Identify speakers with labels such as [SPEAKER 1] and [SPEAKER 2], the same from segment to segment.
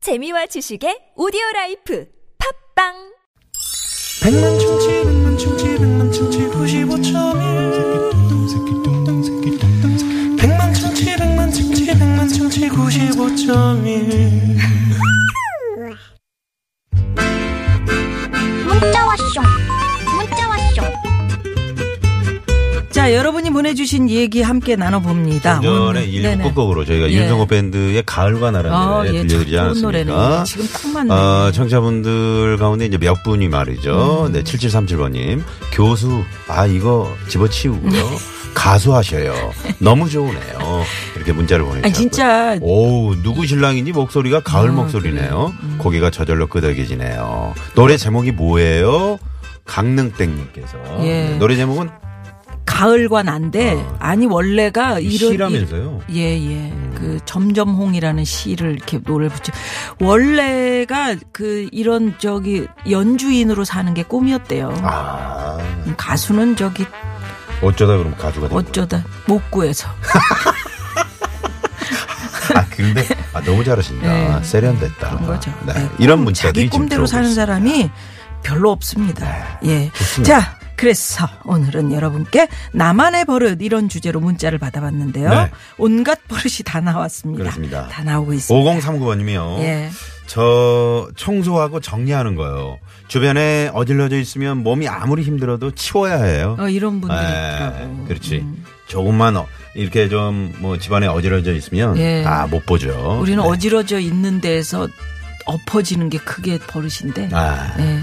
[SPEAKER 1] 재미와 지식의 오디오 라이프 팝빵
[SPEAKER 2] 백만 충치 백만 충치 백만 충치 구십오점일 백만 충치 백만 충치 백만 충치 구십오점일
[SPEAKER 3] 문자 왔쇼 문자 왔쇼
[SPEAKER 4] 자, 여러분이 보내주신 얘기 함께 나눠봅니다.
[SPEAKER 5] 전에
[SPEAKER 4] 오늘- 아, 네네.
[SPEAKER 5] 1부 끝곡으로 저희가
[SPEAKER 4] 예.
[SPEAKER 5] 윤성호 밴드의 가을과 나라는
[SPEAKER 4] 아,
[SPEAKER 5] 노래
[SPEAKER 4] 예, 참
[SPEAKER 5] 들려드리지
[SPEAKER 4] 좋은
[SPEAKER 5] 않았습니까?
[SPEAKER 4] 노래네요. 지금 딱 맞네.
[SPEAKER 5] 아, 청자분들 가운데 이제 몇 분이 말이죠.
[SPEAKER 4] 음.
[SPEAKER 5] 네, 7737번님. 교수, 아, 이거 집어치우고요.
[SPEAKER 4] 네.
[SPEAKER 5] 가수 하셔요. 너무 좋으네요. 이렇게 문자를 보내주셨고
[SPEAKER 4] 아니, 진짜
[SPEAKER 5] 어.
[SPEAKER 4] 아,
[SPEAKER 5] 오, 누구 신랑인지 목소리가 가을 목소리네요.
[SPEAKER 4] 음.
[SPEAKER 5] 고개가 저절로 끄덕이지네요. 노래 제목이 뭐예요? 강릉땡님께서.
[SPEAKER 4] 예.
[SPEAKER 5] 네, 노래 제목은
[SPEAKER 4] 가을과 난데 아니
[SPEAKER 5] 그
[SPEAKER 4] 원래가 이런
[SPEAKER 5] 시라면서요. 음.
[SPEAKER 4] 예예 그 점점홍이라는 시를 이렇게 노래를 붙여 원래가 그 이런 저기 연주인으로 사는 게 꿈이었대요.
[SPEAKER 5] 아,
[SPEAKER 4] 가수는 저기
[SPEAKER 5] 어쩌다 그러면 가수가 된 거예요.
[SPEAKER 4] 어쩌다 못 구해서
[SPEAKER 5] 아, 근데 아, 너무 잘하신다. 세련됐다.
[SPEAKER 4] 네. 그런 거죠.
[SPEAKER 5] 네.
[SPEAKER 4] 네.
[SPEAKER 5] 이런
[SPEAKER 4] 꿈,
[SPEAKER 5] 문자들이
[SPEAKER 4] 자기
[SPEAKER 5] 지금
[SPEAKER 4] 꿈대로
[SPEAKER 5] 들어오고
[SPEAKER 4] 사는
[SPEAKER 5] 있습니다. 네.
[SPEAKER 4] 사람이 별로 없습니다. 예.
[SPEAKER 5] 좋습니다.
[SPEAKER 4] 자, 그래서 오늘은 여러분께 나만의 버릇 이런 주제로 문자를 받아봤는데요.
[SPEAKER 5] 네.
[SPEAKER 4] 온갖 버릇이 다 나왔습니다.
[SPEAKER 5] 그렇습니다.
[SPEAKER 4] 다 나오고 있습니다.
[SPEAKER 5] 5039번님이요.
[SPEAKER 4] 예.
[SPEAKER 5] 저 청소하고 정리하는 거요. 주변에 어질러져 있으면 몸이 아무리 힘들어도 치워야 해요.
[SPEAKER 4] 어, 이런 분들이
[SPEAKER 5] 예,
[SPEAKER 4] 있더라고. 음.
[SPEAKER 5] 그렇지. 조금만 어- 이렇게 좀 뭐 집안에 어질러져 있으면
[SPEAKER 4] 예.
[SPEAKER 5] 아 못 보죠.
[SPEAKER 4] 우리는
[SPEAKER 5] 네.
[SPEAKER 4] 어지러져 있는 데에서 엎어지는 게 그게 버릇인데.
[SPEAKER 5] 아,
[SPEAKER 4] 예.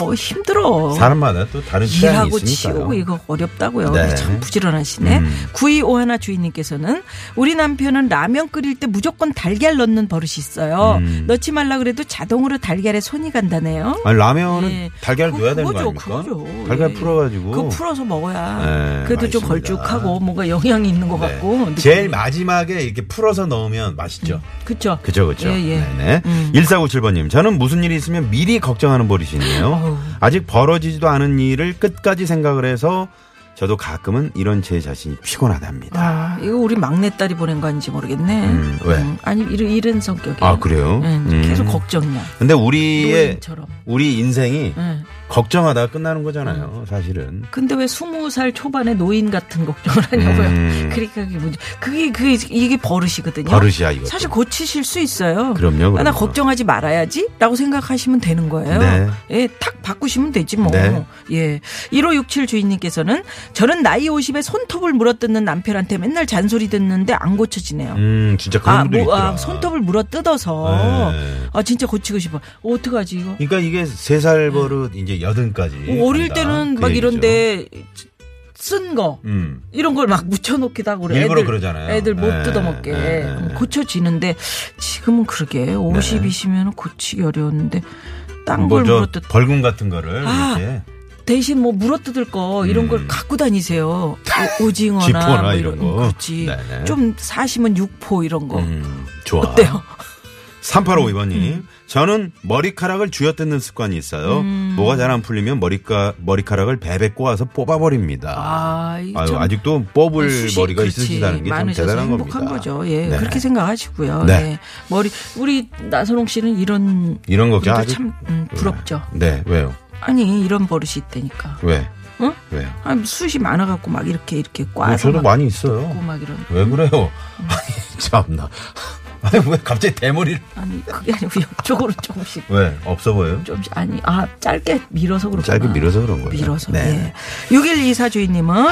[SPEAKER 4] 어, 힘들어.
[SPEAKER 5] 사람마다 또 다른 취향이
[SPEAKER 4] 일하고
[SPEAKER 5] 있으니까요.
[SPEAKER 4] 치우고 이거 어렵다고요.
[SPEAKER 5] 네.
[SPEAKER 4] 참 부지런하시네.
[SPEAKER 5] 음.
[SPEAKER 4] 구이 오하나 주인님께서는 우리 남편은 라면 끓일 때 무조건 달걀 넣는 버릇이 있어요.
[SPEAKER 5] 음.
[SPEAKER 4] 넣지 말라 그래도 자동으로 달걀에 손이 간다네요.
[SPEAKER 5] 아니, 라면은
[SPEAKER 4] 예.
[SPEAKER 5] 달걀
[SPEAKER 4] 그거
[SPEAKER 5] 넣어야 되는 거
[SPEAKER 4] 그거죠,
[SPEAKER 5] 아닙니까?
[SPEAKER 4] 그거죠.
[SPEAKER 5] 달걀
[SPEAKER 4] 예.
[SPEAKER 5] 풀어가지고
[SPEAKER 4] 그거 풀어서 먹어야
[SPEAKER 5] 네,
[SPEAKER 4] 그래도 좀
[SPEAKER 5] 맛있습니다.
[SPEAKER 4] 걸쭉하고 뭔가 영양이 있는 것
[SPEAKER 5] 네.
[SPEAKER 4] 같고. 느낌이.
[SPEAKER 5] 제일 마지막에 이렇게 풀어서 넣으면 맛있죠.
[SPEAKER 4] 그쵸.
[SPEAKER 5] 그죠, 그죠.
[SPEAKER 4] 예, 예.
[SPEAKER 5] 네네. 1497번님, 저는 무슨 일이 있으면 미리 걱정하는 버릇이네요. 아직 벌어지지도 않은 일을 끝까지 생각을 해서 저도 가끔은 이런 제 자신이 피곤하답니다.
[SPEAKER 4] 아, 이거 우리 막내딸이 보낸 건지 모르겠네.
[SPEAKER 5] 음, 왜?
[SPEAKER 4] 아니, 이런, 이런 예. 네, 성격이야.
[SPEAKER 5] 아, 그래요?
[SPEAKER 4] 응, 계속
[SPEAKER 5] 음.
[SPEAKER 4] 걱정이야. 네.
[SPEAKER 5] 근데 우리의,
[SPEAKER 4] 노인처럼. 음.
[SPEAKER 5] 우리 인생이
[SPEAKER 4] 응.
[SPEAKER 5] 걱정하다가 끝나는
[SPEAKER 4] 음.
[SPEAKER 5] 거잖아요, 사실은.
[SPEAKER 4] 근데 왜 스무 살 초반에 노인 같은 걱정을 하냐고요.
[SPEAKER 5] 음.
[SPEAKER 4] 그러니까 그게 문제. 그게 그게 이게 버릇이거든요.
[SPEAKER 5] 버릇이야, 이것도.
[SPEAKER 4] 사실 고치실 수 있어요.
[SPEAKER 5] 그럼요,
[SPEAKER 4] 아, 나
[SPEAKER 5] 그렇죠. 그럼요.
[SPEAKER 4] 걱정하지 말아야지라고 생각하시면 되는 거예요.
[SPEAKER 5] 네.
[SPEAKER 4] 예, 탁 바꾸시면 되지 뭐.
[SPEAKER 5] 네.
[SPEAKER 4] 예. 1567 주인님께서는 저는 나이 50에 손톱을 물어뜯는 남편한테 맨날 잔소리 듣는데 안 고쳐지네요.
[SPEAKER 5] 음, 진짜 그런
[SPEAKER 4] 아,
[SPEAKER 5] 분들
[SPEAKER 4] 뭐,
[SPEAKER 5] 있더라.
[SPEAKER 4] 아, 손톱을 물어뜯어서
[SPEAKER 5] 네.
[SPEAKER 4] 아 진짜 고치고 싶어. 어떡하지 이거?
[SPEAKER 5] 그러니까 이게 세 살 버릇, 이제 여든까지.
[SPEAKER 4] 음. 뭐 어릴
[SPEAKER 5] 간다.
[SPEAKER 4] 때는
[SPEAKER 5] 그
[SPEAKER 4] 막
[SPEAKER 5] 얘기죠.
[SPEAKER 4] 이런데 쓴 거.
[SPEAKER 5] 음.
[SPEAKER 4] 이런 걸 막 묻혀놓기도 하고 그래.
[SPEAKER 5] 일부러 그러잖아요.
[SPEAKER 4] 애들 못
[SPEAKER 5] 네,
[SPEAKER 4] 뜯어먹게
[SPEAKER 5] 네, 네, 네.
[SPEAKER 4] 고쳐지는데 지금은 그러게 50이시면 고치기 어려운데 딴 걸
[SPEAKER 5] 뭐저
[SPEAKER 4] 물어뜯
[SPEAKER 5] 벌금 같은 거를
[SPEAKER 4] 아,
[SPEAKER 5] 이렇게
[SPEAKER 4] 대신 뭐 물어뜯을 거 이런
[SPEAKER 5] 음.
[SPEAKER 4] 걸 갖고 다니세요 오- 오징어나
[SPEAKER 5] 지퍼나
[SPEAKER 4] 뭐
[SPEAKER 5] 이런 거.
[SPEAKER 4] 그렇지
[SPEAKER 5] 네네.
[SPEAKER 4] 좀 사시면 육포 이런 거
[SPEAKER 5] 음,
[SPEAKER 4] 어.
[SPEAKER 5] 좋아.
[SPEAKER 4] 어때요? 음.
[SPEAKER 5] 3852번님. 저는 머리카락을 쥐어뜯는 습관이 있어요.
[SPEAKER 4] 음.
[SPEAKER 5] 뭐가 잘 안 풀리면 머리가, 머리카락을 베베 꼬아서 뽑아버립니다.
[SPEAKER 4] 아, 이거 참-
[SPEAKER 5] 아직도 뽑을
[SPEAKER 4] 수시-
[SPEAKER 5] 머리가
[SPEAKER 4] 그렇지.
[SPEAKER 5] 있으시다는 게 참
[SPEAKER 4] 많으셔서
[SPEAKER 5] 대단한
[SPEAKER 4] 행복한
[SPEAKER 5] 겁니다.
[SPEAKER 4] 거죠. 예,
[SPEAKER 5] 네.
[SPEAKER 4] 그렇게 생각하시고요.
[SPEAKER 5] 네.
[SPEAKER 4] 예. 머리 우리 나선홍 씨는 이런
[SPEAKER 5] 이런 거
[SPEAKER 4] 분들
[SPEAKER 5] 아주-
[SPEAKER 4] 참 음, 부럽죠.
[SPEAKER 5] 네, 왜요?
[SPEAKER 4] 아니 이런 버릇이 있다니까.
[SPEAKER 5] 왜?
[SPEAKER 4] 응?
[SPEAKER 5] 왜요?
[SPEAKER 4] 아, 숱이 많아갖고 막 이렇게 이렇게
[SPEAKER 5] 뭐
[SPEAKER 4] 꽈서
[SPEAKER 5] 저도
[SPEAKER 4] 막
[SPEAKER 5] 많이 있어요.
[SPEAKER 4] 뜯고 막 이런.
[SPEAKER 5] 왜 그래요? 아니, 참나. 아니, 왜 갑자기 대머리를.
[SPEAKER 4] 아니 그게 아니고 옆쪽으로 조금씩
[SPEAKER 5] 왜? 없어 보여요?
[SPEAKER 4] 조금씩 아니 아 짧게 밀어서 그렇구나.
[SPEAKER 5] 짧게 밀어서 그런 거예요.
[SPEAKER 4] 밀어서.
[SPEAKER 5] 네.
[SPEAKER 4] 예. 6124 주인님은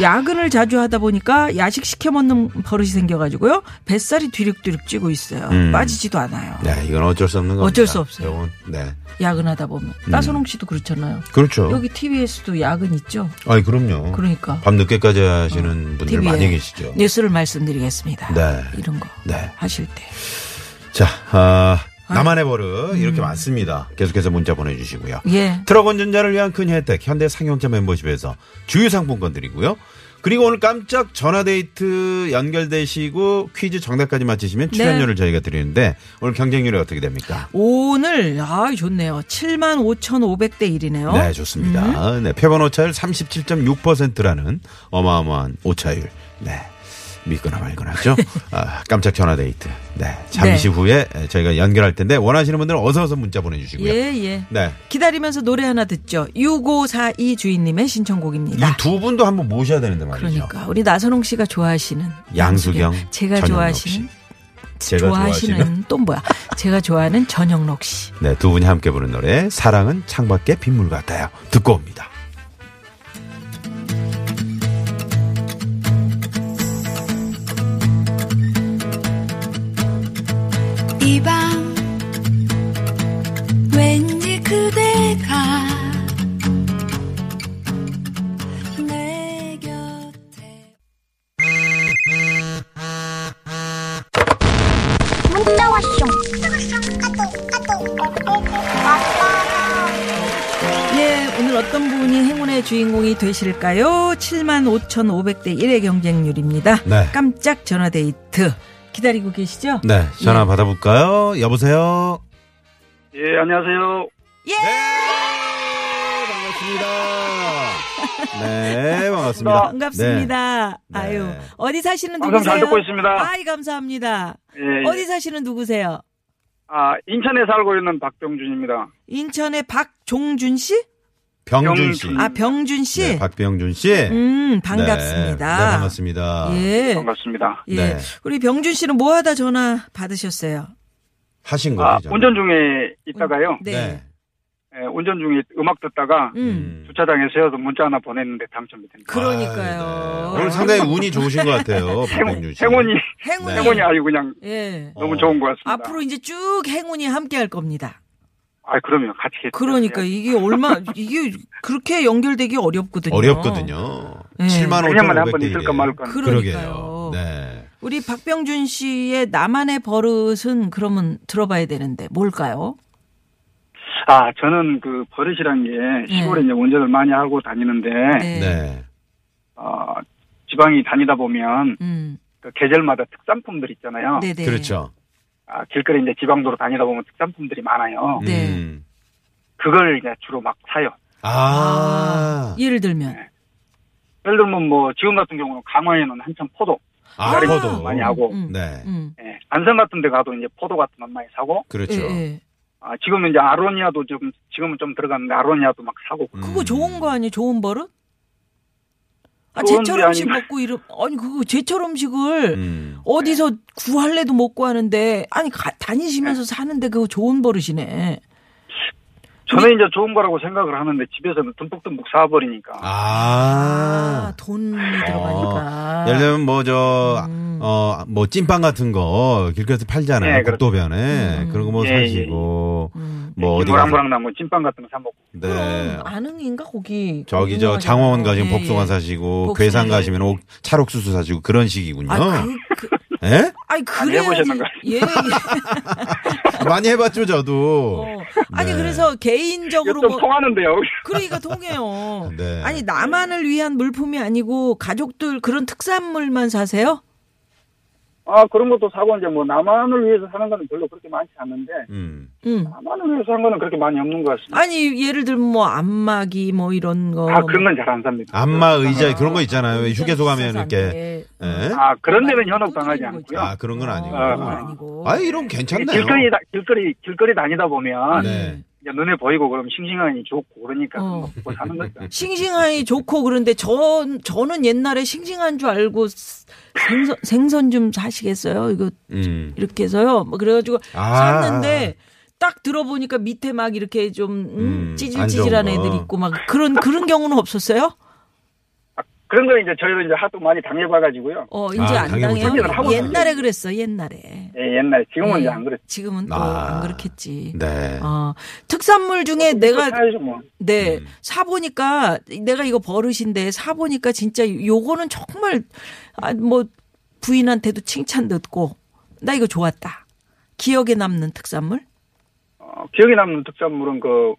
[SPEAKER 4] 야근을 자주 하다 보니까 야식 시켜 먹는 버릇이 생겨가지고요 뱃살이 뒤룩뒤룩 찌고 있어요.
[SPEAKER 5] 음.
[SPEAKER 4] 빠지지도 않아요.
[SPEAKER 5] 네, 이건 어쩔 수 없는 겁니다.
[SPEAKER 4] 예. 어쩔 수 없어요.
[SPEAKER 5] 이건, 네.
[SPEAKER 4] 야근하다 보면 나선홍 씨도 그렇잖아요.
[SPEAKER 5] 음. 그렇죠.
[SPEAKER 4] 여기 TBS도 야근 있죠.
[SPEAKER 5] 아니 그럼요.
[SPEAKER 4] 그러니까. 어,
[SPEAKER 5] 밤 늦게까지 하시는 분들
[SPEAKER 4] TV에 네.
[SPEAKER 5] 많이 계시죠.
[SPEAKER 4] 뉴스를 말씀드리겠습니다.
[SPEAKER 5] 네.
[SPEAKER 4] 이런 거
[SPEAKER 5] 네.
[SPEAKER 4] 하실 때.
[SPEAKER 5] 자, 아, 나만의 버릇
[SPEAKER 4] 음.
[SPEAKER 5] 이렇게 많습니다. 계속해서 문자 보내주시고요.
[SPEAKER 4] 예.
[SPEAKER 5] 트럭 운전자를 위한 큰 혜택 현대 상용차 멤버십에서 주유 상품권 드리고요. 그리고 오늘 깜짝 전화데이트 연결되시고 퀴즈 정답까지
[SPEAKER 4] 네.
[SPEAKER 5] 맞히시면 출연료를 저희가 드리는데 오늘 경쟁률이 어떻게 됩니까?
[SPEAKER 4] 오늘 아 좋네요. 7만 5,500대 1이네요.
[SPEAKER 5] 네, 좋습니다.
[SPEAKER 4] 음.
[SPEAKER 5] 네, 표본 오차율 37.6%라는 어마어마한 오차율. 네. 믿거나 말거나죠. 아, 깜짝 전화 데이트. 네. 잠시 후에 저희가 연결할 텐데 원하시는 분들은 어서 어서 문자 보내주시고요.
[SPEAKER 4] 예, 예.
[SPEAKER 5] 네.
[SPEAKER 4] 기다리면서 노래 하나 듣죠. 6542 주인님의 신청곡입니다.
[SPEAKER 5] 이 두 분도 한번 모셔야 되는데 말이죠.
[SPEAKER 4] 그러니까 우리 나선홍 씨가 좋아하시는
[SPEAKER 5] 양수경,
[SPEAKER 4] 제가
[SPEAKER 5] 전영록
[SPEAKER 4] 좋아하시는
[SPEAKER 5] 씨. 제가
[SPEAKER 4] 좋아하시는 또 뭐야? 제가 좋아하는 전영록 씨.
[SPEAKER 5] 네, 두 분이 함께 부른 노래 사랑은 창밖에 빗물 같아요. 듣고 옵니다.
[SPEAKER 6] 이 밤 왠지 그대가 내 곁에
[SPEAKER 3] 문자 왔쇼 까똑 까똑
[SPEAKER 4] 예, 오늘 어떤 분이 행운의 주인공이 되실까요? 7만 5,500대 1의 경쟁률입니다.
[SPEAKER 5] 네.
[SPEAKER 4] 깜짝 전화 데이트 기다리고 계시죠?
[SPEAKER 5] 네, 전화 받아볼까요? 여보세요.
[SPEAKER 7] 예, 안녕하세요.
[SPEAKER 4] 예.
[SPEAKER 7] 네,
[SPEAKER 5] 네. 반갑습니다. 네,
[SPEAKER 4] 어,
[SPEAKER 5] 반갑습니다.
[SPEAKER 4] 반갑습니다.
[SPEAKER 5] 네.
[SPEAKER 4] 아유, 어디 사시는
[SPEAKER 7] 방송
[SPEAKER 4] 누구세요?
[SPEAKER 7] 잘 듣고 있습니다.
[SPEAKER 4] 아이, 감사합니다.
[SPEAKER 7] 예, 예.
[SPEAKER 4] 어디 사시는 누구세요?
[SPEAKER 7] 아, 인천에 살고 있는 박병준입니다.
[SPEAKER 4] 인천의 박종준 씨?
[SPEAKER 5] 병준 씨.
[SPEAKER 7] 병준.
[SPEAKER 4] 아, 병준 씨?
[SPEAKER 5] 네, 박병준 씨.
[SPEAKER 4] 음,
[SPEAKER 5] 네, 네,
[SPEAKER 4] 반갑습니다.
[SPEAKER 5] 반갑습니다.
[SPEAKER 4] 예.
[SPEAKER 7] 반갑습니다.
[SPEAKER 4] 예.
[SPEAKER 5] 네.
[SPEAKER 4] 우리 병준 씨는 뭐 하다 전화 받으셨어요?
[SPEAKER 5] 하신 거죠?
[SPEAKER 7] 아, 운전 중에 있다가요.
[SPEAKER 4] 네.
[SPEAKER 7] 예, 운전 중에 음악 듣다가
[SPEAKER 4] 음.
[SPEAKER 7] 주차장에 세워서 문자 하나 보냈는데 당첨이 됩니다.
[SPEAKER 4] 그러니까요.
[SPEAKER 5] 아, 네. 오늘 상당히 운이 좋으신 것 같아요,
[SPEAKER 4] 그
[SPEAKER 5] 박병준 씨.
[SPEAKER 7] 행운이,
[SPEAKER 4] 행운이.
[SPEAKER 5] 네.
[SPEAKER 7] 행운이 아주 그냥
[SPEAKER 4] 예.
[SPEAKER 5] 어.
[SPEAKER 7] 너무 좋은 것 같습니다.
[SPEAKER 4] 앞으로 이제 쭉 행운이 함께 할 겁니다.
[SPEAKER 7] 아, 그럼요. 같이. 했죠. 예.
[SPEAKER 4] 그러니까
[SPEAKER 7] 네.
[SPEAKER 4] 이게 얼마, 이게 그렇게 연결되기 어렵거든요.
[SPEAKER 5] 어렵거든요.
[SPEAKER 4] 네.
[SPEAKER 5] 7만
[SPEAKER 7] 그냥만 한
[SPEAKER 5] 5천
[SPEAKER 7] 번
[SPEAKER 5] 500대
[SPEAKER 7] 있을까 말까.
[SPEAKER 4] 그러니까요.
[SPEAKER 5] 그러게요. 네.
[SPEAKER 4] 우리 박병준 씨의 나만의 버릇은 그러면 들어봐야 되는데 뭘까요?
[SPEAKER 7] 아, 저는 그 버릇이란 게
[SPEAKER 4] 네.
[SPEAKER 7] 시골에 이제 운전을 많이 하고 다니는데,
[SPEAKER 5] 네.
[SPEAKER 7] 어, 지방이 다니다 보면
[SPEAKER 4] 음.
[SPEAKER 7] 그 계절마다 특산품들 있잖아요.
[SPEAKER 4] 네네.
[SPEAKER 5] 그렇죠.
[SPEAKER 7] 아, 길거리 이제 지방도로 다니다 보면 특산품들이 많아요.
[SPEAKER 4] 네.
[SPEAKER 5] 음.
[SPEAKER 7] 그걸 이제 주로 막 사요.
[SPEAKER 5] 아.
[SPEAKER 4] 예를 들면
[SPEAKER 7] 예를 들면 뭐 지금 같은 경우는 강화에는 한참 포도
[SPEAKER 5] 아,
[SPEAKER 4] 아.
[SPEAKER 5] 포도.
[SPEAKER 7] 많이 하고
[SPEAKER 4] 음.
[SPEAKER 5] 네.
[SPEAKER 4] 음.
[SPEAKER 7] 예, 안성 같은 데 가도 이제 포도 같은 건 많이 사고
[SPEAKER 5] 그렇죠.
[SPEAKER 4] 예, 예.
[SPEAKER 7] 아, 지금은 이제 아로니아도 지금 지금은 좀 들어갔는데 아로니아도 막 사고
[SPEAKER 4] 그거
[SPEAKER 5] 음.
[SPEAKER 4] 좋은 거 아니에요? 좋은 버릇? 아,
[SPEAKER 7] 좋은 게
[SPEAKER 4] 제철 음식
[SPEAKER 7] 아니라-
[SPEAKER 4] 먹고 이름 아니 그거 제철 음식을
[SPEAKER 5] 음.
[SPEAKER 4] 어디서 구할래도 못 구하는데 아니 가- 다니시면서 사는데 그거 좋은 버릇이네.
[SPEAKER 7] 저는 이제 좋은 거라고 생각을 하는데 집에서는 듬뿍듬뿍 사버리니까
[SPEAKER 5] 아.
[SPEAKER 4] 아, 돈이 들어가니까.
[SPEAKER 5] 어. 예를 들면 뭐 저
[SPEAKER 4] 아. 음.
[SPEAKER 5] 어, 뭐 찐빵 같은 거 길거리에서 팔잖아요.
[SPEAKER 7] 네, 그렇죠.
[SPEAKER 5] 국도변에 그런 거 뭐
[SPEAKER 7] 예,
[SPEAKER 5] 사시고
[SPEAKER 4] 음.
[SPEAKER 5] 뭐 어디 가서
[SPEAKER 7] 모랑모랑 나무 예, 찐빵 같은 거 사 먹고
[SPEAKER 5] 네.
[SPEAKER 4] 그럼 안흥인가 거기.
[SPEAKER 5] 저기 저
[SPEAKER 4] 유명하잖아요.
[SPEAKER 5] 장원 가시면
[SPEAKER 4] 예, 예.
[SPEAKER 5] 복숭아 사시고
[SPEAKER 4] 복숭아.
[SPEAKER 5] 괴산 가시면 옥, 찰옥수수 사시고 그런 식이군요.
[SPEAKER 4] 아, 그, 그,
[SPEAKER 5] 예?
[SPEAKER 4] 아니
[SPEAKER 7] 안
[SPEAKER 4] 그래.
[SPEAKER 7] 해보셨는가?
[SPEAKER 4] 예. 예.
[SPEAKER 5] 많이 해봤죠 저도.
[SPEAKER 4] 어. 아니
[SPEAKER 5] 네.
[SPEAKER 4] 그래서
[SPEAKER 7] 이거
[SPEAKER 4] 개인적으로
[SPEAKER 7] 좀
[SPEAKER 4] 뭐
[SPEAKER 7] 통하는데요.
[SPEAKER 4] 그러니까 통해요.
[SPEAKER 5] 네.
[SPEAKER 4] 아니 나만을 위한 물품이 아니고 가족들 그런 특산물만 사세요?
[SPEAKER 7] 아 그런 것도 사고 이제 뭐 나만을 위해서 사는 거는 별로 그렇게 많지 않는데
[SPEAKER 5] 음.
[SPEAKER 4] 음.
[SPEAKER 7] 나만을 위해서 사는 거는 그렇게 많이 없는 것 같습니다.
[SPEAKER 4] 아니 예를 들면 뭐 안마기 뭐 이런 거.
[SPEAKER 7] 아 그런 건 잘 안 삽니다.
[SPEAKER 5] 안마 의자 그런 거 있잖아요. 왜
[SPEAKER 4] 의자
[SPEAKER 5] 휴게소 가면
[SPEAKER 4] 비싸서 안
[SPEAKER 5] 이렇게.
[SPEAKER 4] 돼.
[SPEAKER 5] 예?
[SPEAKER 7] 아 그런 데는 현혹 당하지
[SPEAKER 4] 끊기는
[SPEAKER 7] 않고요.
[SPEAKER 5] 아 그런 건 아니고.
[SPEAKER 7] 아,
[SPEAKER 4] 어, 그건
[SPEAKER 7] 아.
[SPEAKER 4] 아니고.
[SPEAKER 5] 아 이런 괜찮네요.
[SPEAKER 7] 길거리 다, 길거리 길거리 다니다 보면
[SPEAKER 5] 네.
[SPEAKER 7] 이제 눈에 보이고 그럼 싱싱하니 좋고 그러니까
[SPEAKER 4] 어.
[SPEAKER 7] 먹고 사는 거죠.
[SPEAKER 4] 싱싱하니 좋고 그런데 저 저는 옛날에 싱싱한 줄 알고 스- 생선 생선 좀 사시겠어요? 이거
[SPEAKER 5] 음.
[SPEAKER 4] 이렇게 해서요. 뭐 그래가지고
[SPEAKER 5] 아.
[SPEAKER 4] 샀는데 딱 들어보니까 밑에 막 이렇게 좀
[SPEAKER 5] 음,
[SPEAKER 4] 음,
[SPEAKER 5] 안
[SPEAKER 4] 찌질찌질한
[SPEAKER 5] 좋은 거.
[SPEAKER 4] 애들 있고 막 그런 그런 경우는 없었어요?
[SPEAKER 7] 그런 거 이제 저희도 이제 하도 많이 당해봐가지고요.
[SPEAKER 4] 어 이제
[SPEAKER 5] 아,
[SPEAKER 4] 안
[SPEAKER 5] 당해보죠.
[SPEAKER 4] 당해요.
[SPEAKER 7] 당연히 하고
[SPEAKER 4] 옛날에 그랬어 옛날에. 네.
[SPEAKER 7] 예, 옛날 지금은 이제 안 그랬죠.
[SPEAKER 4] 지금은 또
[SPEAKER 5] 아.
[SPEAKER 4] 안 그렇겠지.
[SPEAKER 5] 네.
[SPEAKER 4] 어 특산물 중에 내가
[SPEAKER 7] 사야죠 뭐.
[SPEAKER 5] 음.
[SPEAKER 4] 네. 사보니까, 내가 이거 버릇인데, 사보니까 진짜 요거는 정말, 아, 뭐, 부인한테도 칭찬 듣고, 나 이거 좋았다. 기억에 남는 특산물?
[SPEAKER 7] 어, 기억에 남는 특산물은 그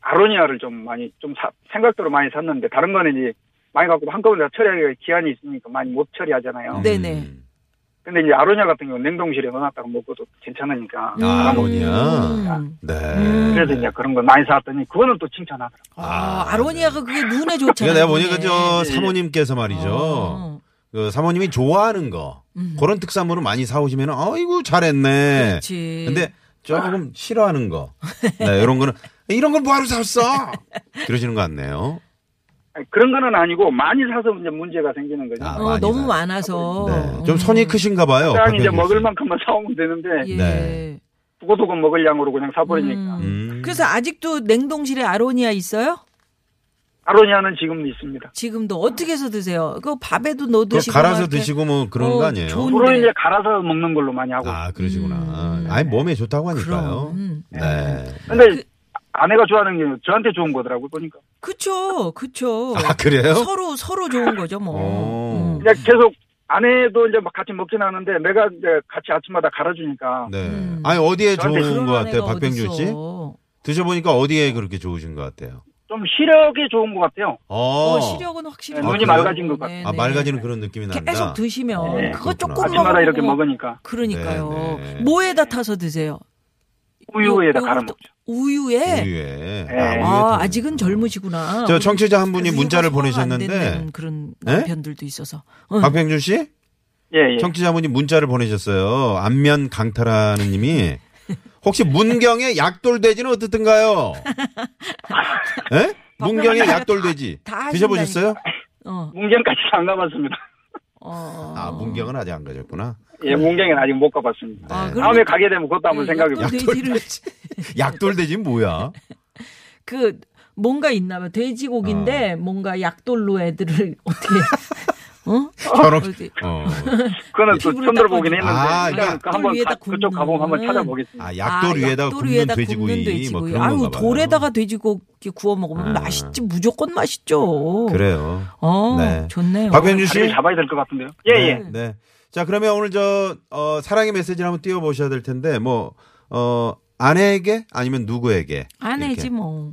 [SPEAKER 7] 아로니아를 좀 많이 좀 사- 생각대로 많이 샀는데 다른 거는 이제 많이 갖고 한꺼번에 다 처리하기가 기한이 있으니까 많이 못 처리하잖아요.
[SPEAKER 4] 네. 네네.
[SPEAKER 5] 음.
[SPEAKER 7] 근데 이제 아로니아 같은 경우는 냉동실에 넣어놨다가 먹어도 괜찮으니까.
[SPEAKER 5] 아, 아로니아.
[SPEAKER 4] 음.
[SPEAKER 5] 네.
[SPEAKER 7] 그래서 이제 그런 거 많이 사왔더니 그거는 또 칭찬하더라고요.
[SPEAKER 4] 아,
[SPEAKER 5] 아,
[SPEAKER 4] 아로니아가 그게 눈에 좋잖아요.
[SPEAKER 5] 그러니까 내가 보니까
[SPEAKER 4] 눈에.
[SPEAKER 5] 저 사모님께서 말이죠.
[SPEAKER 4] 네. 어. 음.
[SPEAKER 5] 그 사모님이 좋아하는 거 그런 특산물을 많이 사오시면 아이고 잘했네.
[SPEAKER 4] 그렇지.
[SPEAKER 5] 근데 조금 싫어하는 거 네, 이런 거는 이런 걸 뭐하러 샀어? 그러시는 것 같네요.
[SPEAKER 7] 아니, 그런 거는 아니고 많이 사서 이제 문제가 생기는 거죠.
[SPEAKER 5] 아,
[SPEAKER 4] 어, 음. 너무
[SPEAKER 5] 많이
[SPEAKER 4] 많아서.
[SPEAKER 5] 네, 좀 손이 크신가 봐요.
[SPEAKER 7] 그냥 이제
[SPEAKER 5] 박현진 씨.
[SPEAKER 7] 먹을 만큼만 사오면 되는데
[SPEAKER 4] 예.
[SPEAKER 5] 네.
[SPEAKER 7] 두고두고 먹을 양으로 그냥 사버리니까
[SPEAKER 5] 음.
[SPEAKER 4] 그래서 아직도 냉동실에 아로니아 있어요?
[SPEAKER 7] 아로니아는 지금도 있습니다.
[SPEAKER 4] 지금도 어떻게 해서 드세요? 그거 밥에도 넣어
[SPEAKER 5] 그거
[SPEAKER 4] 드시고.
[SPEAKER 5] 갈아서
[SPEAKER 4] 이렇게.
[SPEAKER 5] 드시고 뭐 그런
[SPEAKER 4] 어,
[SPEAKER 5] 거 아니에요?
[SPEAKER 4] 좋은- 음.
[SPEAKER 7] 주로
[SPEAKER 4] 네.
[SPEAKER 7] 이제 갈아서 먹는 걸로 많이 하고.
[SPEAKER 5] 아 그러시구나. 아니 몸에 좋다고 하니까요.
[SPEAKER 4] 그럼. 음.
[SPEAKER 5] 네.
[SPEAKER 4] 그
[SPEAKER 7] 근데 아내가 좋아하는 게 저한테 좋은 거더라고요 보니까.
[SPEAKER 5] 음.
[SPEAKER 4] 그쵸, 그쵸.
[SPEAKER 5] 아 그래요?
[SPEAKER 4] 음.
[SPEAKER 5] 어.
[SPEAKER 4] 서로, 서로 좋은 거죠, 뭐.
[SPEAKER 5] 오.
[SPEAKER 4] 음.
[SPEAKER 7] 그냥 계속 아내도 이제 막 같이 먹진 않은데 내가 이제 같이 아침마다 갈아주니까
[SPEAKER 5] 네. 아니 어디에
[SPEAKER 7] 저한테
[SPEAKER 5] 좋은
[SPEAKER 4] 음. 그런
[SPEAKER 5] 것
[SPEAKER 4] 아내가
[SPEAKER 5] 같아요, 박병준 씨?
[SPEAKER 4] 어딨어.
[SPEAKER 5] 드셔보니까 어디에 그렇게 좋으신 것 같아요?
[SPEAKER 7] 좀 시력이 좋은 것 같아요.
[SPEAKER 5] 어.
[SPEAKER 4] 어, 시력은 확실히. 네,
[SPEAKER 7] 네,
[SPEAKER 5] 눈이
[SPEAKER 4] 그래요?
[SPEAKER 7] 맑아진 것 같아요.
[SPEAKER 5] 아 맑아지는 그런 느낌이 난다.
[SPEAKER 4] 계속 드시면.
[SPEAKER 7] 네.
[SPEAKER 4] 그거 조금
[SPEAKER 5] 그렇구나.
[SPEAKER 4] 먹어도
[SPEAKER 7] 아침마다 이렇게 먹으니까
[SPEAKER 4] 그러니까요.
[SPEAKER 5] 네, 네.
[SPEAKER 4] 뭐에다 타서 드세요?
[SPEAKER 7] 우유에다
[SPEAKER 4] 요-
[SPEAKER 7] 갈아
[SPEAKER 4] 요것도-
[SPEAKER 7] 먹죠.
[SPEAKER 4] 우유에?
[SPEAKER 5] 우유에.
[SPEAKER 7] 네.
[SPEAKER 5] 우유에
[SPEAKER 4] 아,
[SPEAKER 5] 드시는
[SPEAKER 4] 아직은
[SPEAKER 5] 거.
[SPEAKER 4] 젊으시구나.
[SPEAKER 5] 저 청취자 한 분이
[SPEAKER 4] 그래서
[SPEAKER 5] 문자를
[SPEAKER 4] 이거 소화가 안
[SPEAKER 5] 보내셨는데
[SPEAKER 4] 된다는 그런
[SPEAKER 5] 네? 아,
[SPEAKER 4] 남편들도 있어서. 응.
[SPEAKER 5] 박병준 씨?
[SPEAKER 7] 예, 예.
[SPEAKER 5] 청취자분이 문자를 보내셨어요. 안면 강타라는 님이 혹시 문경의 약돌돼지는 어떻든가요? 예? 문경의 약돌돼지
[SPEAKER 4] 다 하신다니까.
[SPEAKER 5] 드셔보셨어요?
[SPEAKER 4] 어,
[SPEAKER 7] 문경까지 안 가봤습니다.
[SPEAKER 4] 어.
[SPEAKER 5] 아 문경은 아직 안 가셨구나.
[SPEAKER 7] 예, 문경에는 아직 못 가봤습니다.
[SPEAKER 4] 아,
[SPEAKER 5] 네.
[SPEAKER 4] 그러면 네,
[SPEAKER 7] 다음에 가게 되면 그것도 한번 생각해
[SPEAKER 4] 약도
[SPEAKER 7] 볼게요.
[SPEAKER 4] 돼지를
[SPEAKER 5] 약돌돼지는
[SPEAKER 4] 어,
[SPEAKER 5] 뭐야?
[SPEAKER 4] 그 뭔가 있나 봐.
[SPEAKER 5] 어.
[SPEAKER 4] 돼지고기인데 뭔가 약돌로 애들을 어떻게 어?
[SPEAKER 5] 저런
[SPEAKER 4] 어디?
[SPEAKER 5] 어.
[SPEAKER 7] 그거는 또
[SPEAKER 4] 유부를
[SPEAKER 7] 처음 들어보긴
[SPEAKER 4] 닦아주고.
[SPEAKER 7] 했는데
[SPEAKER 5] 아,
[SPEAKER 7] 일단
[SPEAKER 4] 약돌
[SPEAKER 7] 한번
[SPEAKER 4] 위에다
[SPEAKER 7] 가- 그쪽
[SPEAKER 4] 굽는
[SPEAKER 7] 가보면 한번
[SPEAKER 4] 거는.
[SPEAKER 7] 찾아보겠습니다.
[SPEAKER 5] 아 약돌
[SPEAKER 4] 아,
[SPEAKER 5] 위에다
[SPEAKER 4] 약돌
[SPEAKER 5] 굽는
[SPEAKER 4] 위에다
[SPEAKER 5] 돼지고기
[SPEAKER 4] 굽는
[SPEAKER 5] 뭐
[SPEAKER 4] 돼지고기.
[SPEAKER 5] 그런
[SPEAKER 4] 아유
[SPEAKER 5] 건가 봐요.
[SPEAKER 4] 돌에다가 돼지고기 구워 먹으면
[SPEAKER 5] 아.
[SPEAKER 4] 맛있지 무조건 맛있죠.
[SPEAKER 5] 그래요.
[SPEAKER 4] 어,
[SPEAKER 5] 네.
[SPEAKER 4] 좋네요.
[SPEAKER 5] 박병준
[SPEAKER 7] 자리를
[SPEAKER 5] 씨.
[SPEAKER 7] 잡아야 될 것 같은데요. 예,
[SPEAKER 5] 네,
[SPEAKER 7] 예.
[SPEAKER 5] 네. 자, 그러면 오늘 저, 어, 사랑의 메시지를 한번 띄워보셔야 될 텐데, 뭐, 어, 아내에게 아니면 누구에게?
[SPEAKER 4] 아내지
[SPEAKER 5] 이렇게.
[SPEAKER 4] 뭐.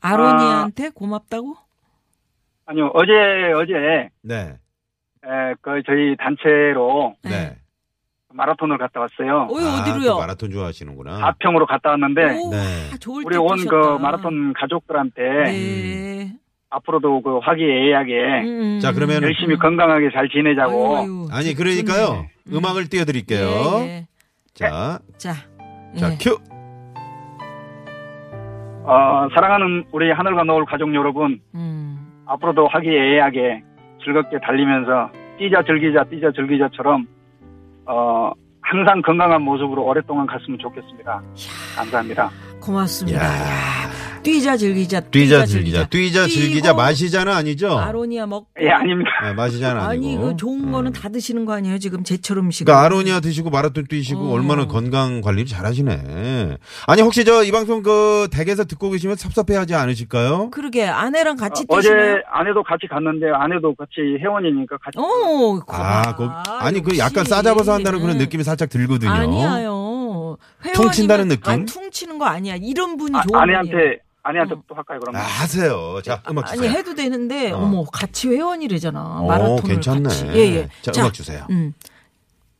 [SPEAKER 4] 아론이한테 고맙다고?
[SPEAKER 7] 아니요, 어제, 어제,
[SPEAKER 5] 네.
[SPEAKER 7] 에, 그 저희 단체로
[SPEAKER 5] 네.
[SPEAKER 7] 마라톤을 갔다 왔어요.
[SPEAKER 4] 어이
[SPEAKER 5] 아,
[SPEAKER 4] 어디로요?
[SPEAKER 5] 또 마라톤 좋아하시는구나.
[SPEAKER 7] 가평으로 갔다 왔는데,
[SPEAKER 4] 오,
[SPEAKER 5] 네.
[SPEAKER 4] 아, 좋을
[SPEAKER 7] 우리
[SPEAKER 4] 때
[SPEAKER 7] 온
[SPEAKER 4] 뛰셨다.
[SPEAKER 7] 그 마라톤 가족들한테
[SPEAKER 4] 네.
[SPEAKER 7] 앞으로도 그 화기애애하게
[SPEAKER 4] 음,
[SPEAKER 5] 자, 그러면-
[SPEAKER 7] 열심히 건강하게 잘 지내자고.
[SPEAKER 4] 아유, 아유,
[SPEAKER 5] 아니,
[SPEAKER 4] 좋-
[SPEAKER 5] 그러니까요.
[SPEAKER 4] 좋네.
[SPEAKER 5] 음. 악을 띄워드릴게요.
[SPEAKER 4] 예, 예.
[SPEAKER 5] 자,
[SPEAKER 4] 자,
[SPEAKER 5] 자,
[SPEAKER 4] 예.
[SPEAKER 5] 큐!
[SPEAKER 7] 어, 사랑하는 우리 하늘과 노을 가족 여러분,
[SPEAKER 4] 음,
[SPEAKER 7] 앞으로도 화기애애하게 즐겁게 달리면서 뛰자 즐기자 뛰자 즐기자처럼 어, 항상 건강한 모습으로 오랫동안 갔으면 좋겠습니다. 감사합니다.
[SPEAKER 4] 고맙습니다.
[SPEAKER 5] 야.
[SPEAKER 4] 야, 뛰자 즐기자
[SPEAKER 5] 뛰자, 즐기자. 뛰자, 즐기자.
[SPEAKER 4] 뛰고
[SPEAKER 5] 마시자는 아니죠?
[SPEAKER 4] 아로니아 먹고
[SPEAKER 7] 예, 아닙니다.
[SPEAKER 5] 네, 마시자는 아니고.
[SPEAKER 4] 아니 그 좋은 거는 다 드시는 거 아니에요 지금 제철 음식
[SPEAKER 5] 음. 그러니까 아로니아 드시고 마라톤 뛰시고
[SPEAKER 4] 어.
[SPEAKER 5] 얼마나 건강 관리를 잘하시네. 아니 혹시 저 이 방송 그 댁에서 듣고 계시면 섭섭해하지 않으실까요?
[SPEAKER 4] 그러게 아내랑 같이
[SPEAKER 7] 어,
[SPEAKER 4] 뛰시나요?
[SPEAKER 7] 제 아내도 같이 갔는데 아내도 같이 회원이니까 같이
[SPEAKER 4] 어,
[SPEAKER 5] 아, 그, 아니 그 약간 싸잡아서 한다는 그런 느낌이 살짝 들거든요.
[SPEAKER 4] 아니에요. 회원이면-
[SPEAKER 5] 퉁친다는 느낌?
[SPEAKER 4] 아니, 퉁치는 거 아니야. 이런 분이
[SPEAKER 7] 아,
[SPEAKER 4] 좋은 분이에요.
[SPEAKER 7] 아내한테 아내한테
[SPEAKER 4] 어.
[SPEAKER 7] 또 할까요 그럼?
[SPEAKER 5] 아, 하세요. 자, 음악
[SPEAKER 4] 아니
[SPEAKER 5] 주세요.
[SPEAKER 4] 해도 되는데
[SPEAKER 5] 어.
[SPEAKER 4] 어. 머 같이 회원이래잖아.
[SPEAKER 5] 오,
[SPEAKER 4] 마라톤을
[SPEAKER 5] 괜찮네.
[SPEAKER 4] 같이. 예, 예.
[SPEAKER 5] 자, 음악 주세요.
[SPEAKER 4] 음.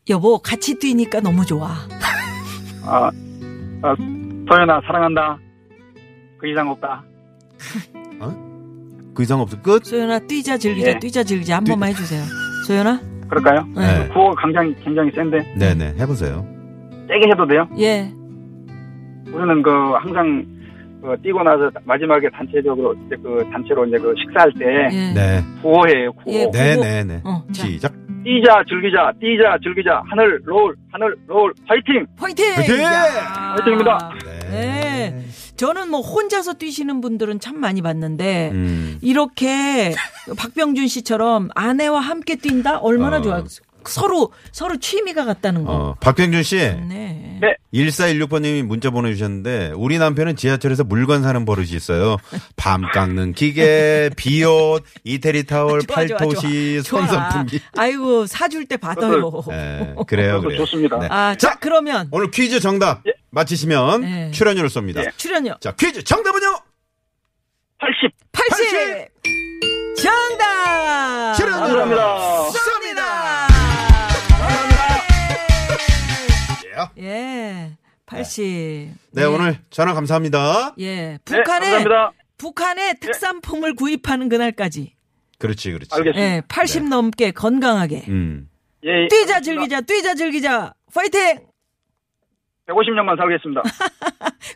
[SPEAKER 4] 여보 같이 뛰니까 너무 좋아.
[SPEAKER 7] 아, 아, 서연아 사랑한다. 그 이상 없다.
[SPEAKER 5] 그 이상 없어. 끝.
[SPEAKER 4] 소연아 뛰자 즐기자
[SPEAKER 7] 예.
[SPEAKER 4] 뛰자 즐기자 한
[SPEAKER 5] 뛰-
[SPEAKER 4] 번만 해주세요. 소연아
[SPEAKER 7] 그럴까요?
[SPEAKER 5] 네.
[SPEAKER 7] 구호가 굉장히 굉장히 센데
[SPEAKER 5] 네, 네. 해 보세요.
[SPEAKER 7] 세게 해도 돼요?
[SPEAKER 4] 예.
[SPEAKER 7] 우리는 그 항상 그 뛰고 나서 마지막에 단체적으로 이제 그 단체로 이제 그 식사할 때
[SPEAKER 4] 예.
[SPEAKER 5] 네.
[SPEAKER 7] 구호해요 구호
[SPEAKER 4] 예.
[SPEAKER 5] 네,
[SPEAKER 4] 그거-
[SPEAKER 5] 네, 네.
[SPEAKER 4] 어, 자.
[SPEAKER 5] 시작.
[SPEAKER 7] 뛰자 즐기자 뛰자 즐기자 하늘 로울 하늘 로울 화이팅
[SPEAKER 4] 화이팅!
[SPEAKER 5] 화이팅!
[SPEAKER 4] 야.
[SPEAKER 7] 화이팅입니다.
[SPEAKER 4] 네. 저는 뭐 혼자서 뛰시는 분들은 참 많이 봤는데
[SPEAKER 5] 음.
[SPEAKER 4] 이렇게 박병준 씨처럼 아내와 함께 뛴다 얼마나
[SPEAKER 5] 어.
[SPEAKER 4] 좋아. 서로 서로 취미가 같다는 거.
[SPEAKER 5] 어, 박병준 씨.
[SPEAKER 4] 네.
[SPEAKER 7] 네.
[SPEAKER 5] 1416번님이 문자 보내주셨는데 우리 남편은 지하철에서 물건 사는 버릇이 있어요. 밤 깎는 기계, 비옷, 이태리 타월,
[SPEAKER 4] 좋아, 좋아,
[SPEAKER 5] 팔토시,
[SPEAKER 4] 좋아.
[SPEAKER 5] 손선풍기.
[SPEAKER 4] 아이고 사줄 때 받아요.
[SPEAKER 5] 예, 그래요,
[SPEAKER 7] 저도
[SPEAKER 5] 그래요.
[SPEAKER 7] 좋습니다.
[SPEAKER 5] 네.
[SPEAKER 4] 아, 자, 그러면
[SPEAKER 5] 오늘 퀴즈 정답 맞히시면
[SPEAKER 4] 예.
[SPEAKER 5] 출연료를 쏩니다.
[SPEAKER 7] 예.
[SPEAKER 4] 출연료
[SPEAKER 5] 자, 퀴즈 정답은요?
[SPEAKER 7] 80
[SPEAKER 4] 80. 정답.
[SPEAKER 5] 출연료를
[SPEAKER 4] 아.
[SPEAKER 7] 감사합니다.
[SPEAKER 5] 쏩니다.
[SPEAKER 4] 예. 80.
[SPEAKER 5] 네, 오늘 전화 감사합니다.
[SPEAKER 4] 예.
[SPEAKER 7] 네,
[SPEAKER 4] 북한에
[SPEAKER 5] 예.
[SPEAKER 7] 감사합니다.
[SPEAKER 4] 북한의 특산품을 구입하는 그날까지
[SPEAKER 5] 그렇지, 그렇지.
[SPEAKER 4] 예,
[SPEAKER 7] 알겠습니다.
[SPEAKER 4] 네, 80 넘게 건강하게.
[SPEAKER 5] 음.
[SPEAKER 7] 예,
[SPEAKER 4] 뛰자 즐기자 뛰자 즐기자 파이팅
[SPEAKER 7] 150년만 살겠습니다.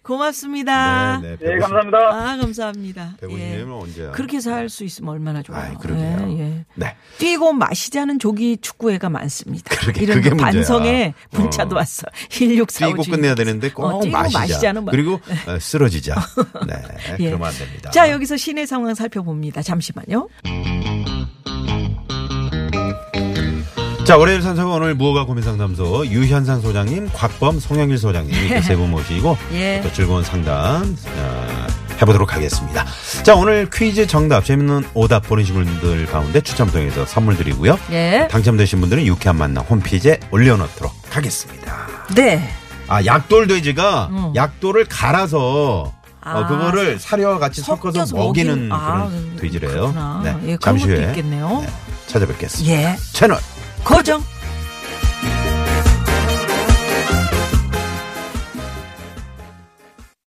[SPEAKER 4] 고맙습니다.
[SPEAKER 5] 네, 네.
[SPEAKER 7] 예,
[SPEAKER 5] 150
[SPEAKER 7] 감사합니다.
[SPEAKER 4] 아 감사합니다. 예.
[SPEAKER 5] 150이면 언제야?
[SPEAKER 4] 그렇게 살 수 있으면 얼마나 좋아요.
[SPEAKER 5] 그러니까. 네. 아이, 그러게요.
[SPEAKER 4] 예, 예.
[SPEAKER 5] 네.
[SPEAKER 4] 뛰고 마시자는 조기 축구회가 많습니다.
[SPEAKER 5] 그러게,
[SPEAKER 4] 이런
[SPEAKER 5] 그게 문제야.
[SPEAKER 4] 반성에 문자도
[SPEAKER 5] 어.
[SPEAKER 4] 왔어. 1645
[SPEAKER 5] 뛰고 끝내야 되는데 꼭
[SPEAKER 4] 어, 뛰고
[SPEAKER 5] 마시자.
[SPEAKER 4] 마시자는 말.
[SPEAKER 5] 그리고 어, 쓰러지자. 네,
[SPEAKER 4] 예.
[SPEAKER 5] 그러면 안 됩니다.
[SPEAKER 4] 자 여기서 시내 상황 살펴봅니다. 잠시만요.
[SPEAKER 5] 자, 월요일 산소가 오늘 무허가 고민 상담소 유현상 소장님, 곽범 송영길 소장님 이렇게 세 분 모시고
[SPEAKER 4] 예.
[SPEAKER 5] 또 즐거운 상담 어, 해보도록 하겠습니다. 자, 오늘 퀴즈 정답 재밌는 오답 보내신 분들 가운데 추첨 통해서 선물 드리고요.
[SPEAKER 4] 예.
[SPEAKER 5] 당첨되신 분들은 유쾌한 만남 홈페이지에 올려놓도록 하겠습니다.
[SPEAKER 4] 네.
[SPEAKER 5] 아, 약돌 돼지가 약돌을 갈아서
[SPEAKER 4] 아,
[SPEAKER 5] 어, 그거를 사료와 같이 섞어서
[SPEAKER 4] 섞여서 먹이는-
[SPEAKER 5] 먹이는
[SPEAKER 4] 아, 예,
[SPEAKER 5] 그런 돼지래요. 네.
[SPEAKER 4] 그렇구나. 예, 그런 것도 있겠네요.
[SPEAKER 5] 찾아뵙겠습니다.
[SPEAKER 4] 예.
[SPEAKER 5] 채널
[SPEAKER 4] 고정.